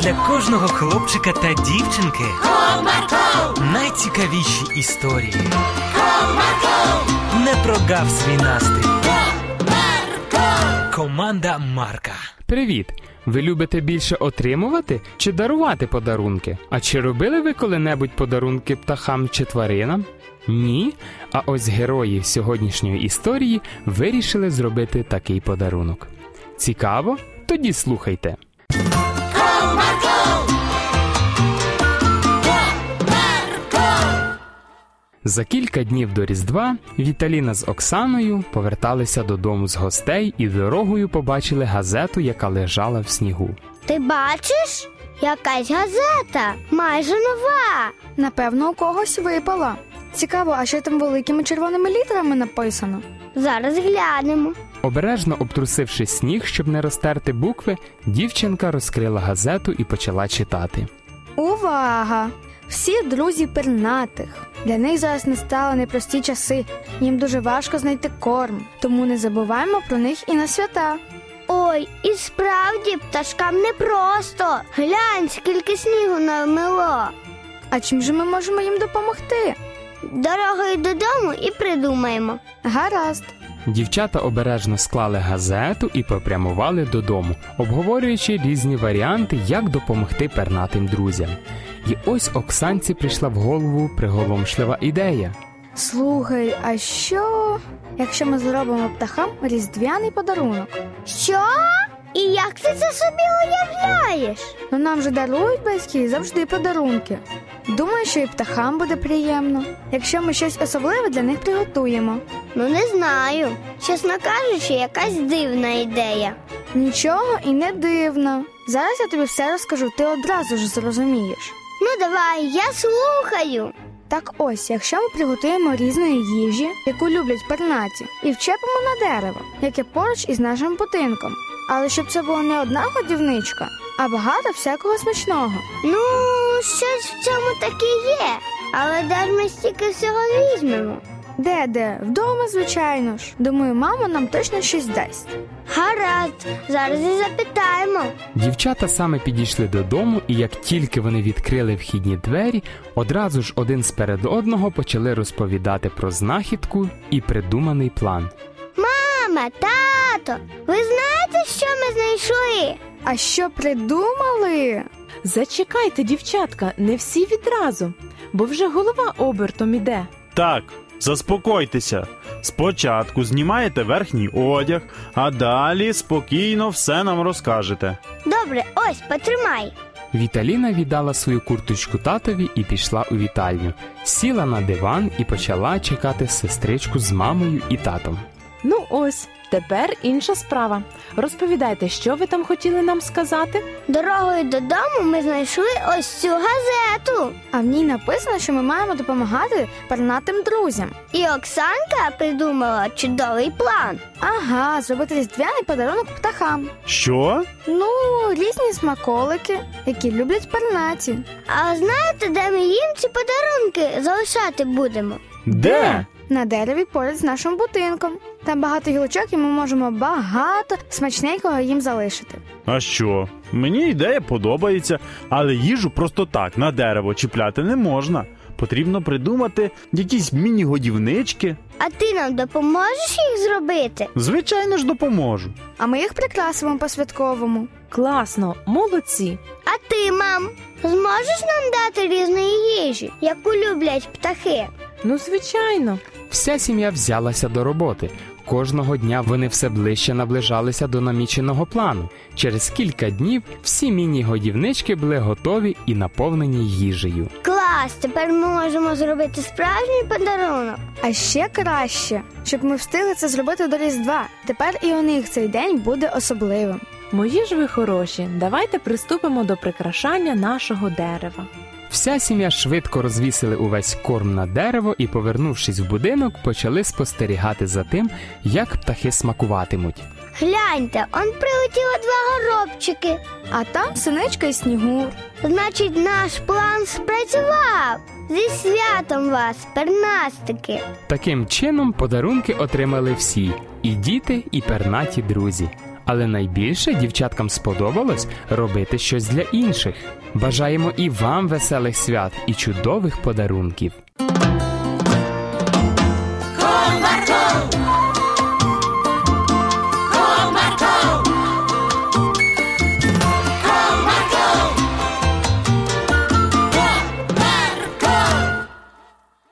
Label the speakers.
Speaker 1: для кожного хлопчика та дівчинки
Speaker 2: Comarco,
Speaker 1: найцікавіші історії.
Speaker 2: comarco,
Speaker 1: Не прогав свій настрій.
Speaker 2: comarco.
Speaker 1: Команда Марка.
Speaker 3: Привіт! Ви любите більше отримувати чи дарувати подарунки? А чи робили ви коли-небудь подарунки птахам чи тваринам? Ні. А ось герої сьогоднішньої історії вирішили зробити такий подарунок. Цікаво? Тоді слухайте. За кілька днів до Різдва Віталіна з Оксаною поверталися додому з гостей і дорогою побачили газету, яка лежала в снігу.
Speaker 4: Ти бачиш? Якась газета, майже нова.
Speaker 5: Напевно, у когось випала. Цікаво, а що там великими червоними літерами написано?
Speaker 4: Зараз глянемо.
Speaker 3: Обережно обтрусивши сніг, щоб не розтерти букви, дівчинка розкрила газету і почала читати.
Speaker 5: Увага! Всі друзі пернатих. Для них зараз настали непрості часи. Їм дуже важко знайти корм, тому не забуваємо про них і на свята.
Speaker 4: Ой, і справді пташкам непросто. Глянь, скільки снігу намило.
Speaker 5: А чим же ми можемо їм допомогти?
Speaker 4: Дорогою додому і придумаємо.
Speaker 5: Гаразд.
Speaker 3: Дівчата обережно склали газету і попрямували додому, обговорюючи різні варіанти, як допомогти пернатим друзям. І ось Оксанці прийшла в голову приголомшлива ідея.
Speaker 5: Слухай, а що, якщо ми зробимо птахам різдвяний подарунок?
Speaker 4: Що? І як ти це собі уявляєш?
Speaker 5: Ну нам же дарують батьки завжди подарунки. Думаю, що і птахам буде приємно, якщо ми щось особливе для них приготуємо.
Speaker 4: Ну не знаю. Чесно кажучи, якась дивна ідея.
Speaker 5: Нічого і не дивно. Зараз я тобі все розкажу, ти одразу ж зрозумієш.
Speaker 4: Ну давай, я слухаю.
Speaker 5: Так ось, якщо ми приготуємо різної їжі, яку люблять пернаті, і вчепимо на дерево, яке поруч із нашим будинком. Але щоб це була не одна годівничка, а багато всякого смачного.
Speaker 4: Ну, щось в цьому таке є. Але де ж ми стільки всього візьмемо?
Speaker 5: Де де? Вдома, звичайно ж. Думаю, мама нам точно щось дасть.
Speaker 4: Гаразд, зараз і запитаємо.
Speaker 3: Дівчата саме підійшли додому, і як тільки вони відкрили вхідні двері, одразу ж один сперед одного почали розповідати про знахідку і придуманий план.
Speaker 4: Мама, тато, ви знаєте, що ми знайшли?
Speaker 5: А що придумали?
Speaker 2: Зачекайте, дівчатка, не всі відразу, бо вже голова обертом іде.
Speaker 6: Так, заспокойтеся. Спочатку знімаєте верхній одяг, а далі спокійно все нам розкажете.
Speaker 4: Добре, ось потримай.
Speaker 3: Віталіна віддала свою курточку татові і пішла у вітальню, сіла на диван і почала чекати сестричку з мамою і татом.
Speaker 7: Ну ось, тепер інша справа. Розповідайте, що ви там хотіли нам сказати?
Speaker 4: Дорогою додому ми знайшли ось цю газету.
Speaker 5: А в ній написано, що ми маємо допомагати пернатим друзям.
Speaker 4: І Оксанка придумала чудовий план.
Speaker 5: Ага, зробити різдвяний подарунок птахам.
Speaker 6: Що?
Speaker 5: Ну, різні смаколики, які люблять пернаті.
Speaker 4: А знаєте, де ми їм ці подарунки залишати будемо?
Speaker 6: Де?
Speaker 5: На дереві поряд з нашим будинком. Там багато гілочок, і ми можемо багато смачненького їм залишити.
Speaker 6: А що? Мені ідея подобається, але їжу просто так на дерево чіпляти не можна. Потрібно придумати якісь міні-годівнички.
Speaker 4: А ти нам допоможеш їх зробити?
Speaker 6: Звичайно ж, допоможу.
Speaker 5: А ми їх прикрасимо по-святковому.
Speaker 7: Класно, молодці.
Speaker 4: А ти, мам, зможеш нам дати різної їжі, яку люблять птахи?
Speaker 7: Ну, звичайно.
Speaker 3: Вся сім'я взялася до роботи. Кожного дня вони все ближче наближалися до наміченого плану. Через кілька днів всі міні-годівнички були готові і наповнені їжею.
Speaker 4: Клас, тепер ми можемо зробити справжній подарунок.
Speaker 5: А ще краще, щоб ми встигли це зробити до Різдва. Тепер і у них цей день буде особливим.
Speaker 7: Мої ж ви хороші, давайте приступимо до прикрашання нашого дерева.
Speaker 3: Вся сім'я швидко розвісили увесь корм на дерево і, повернувшись в будинок, почали спостерігати за тим, як птахи смакуватимуть.
Speaker 4: Гляньте, он прилетіло два горобчики.
Speaker 5: А там синичка і снігур.
Speaker 4: Значить, наш план спрацював. Зі святом вас, пернастики.
Speaker 3: Таким чином подарунки отримали всі і діти, і пернаті друзі. Але найбільше дівчаткам сподобалось робити щось для інших. Бажаємо і вам веселих свят і чудових подарунків.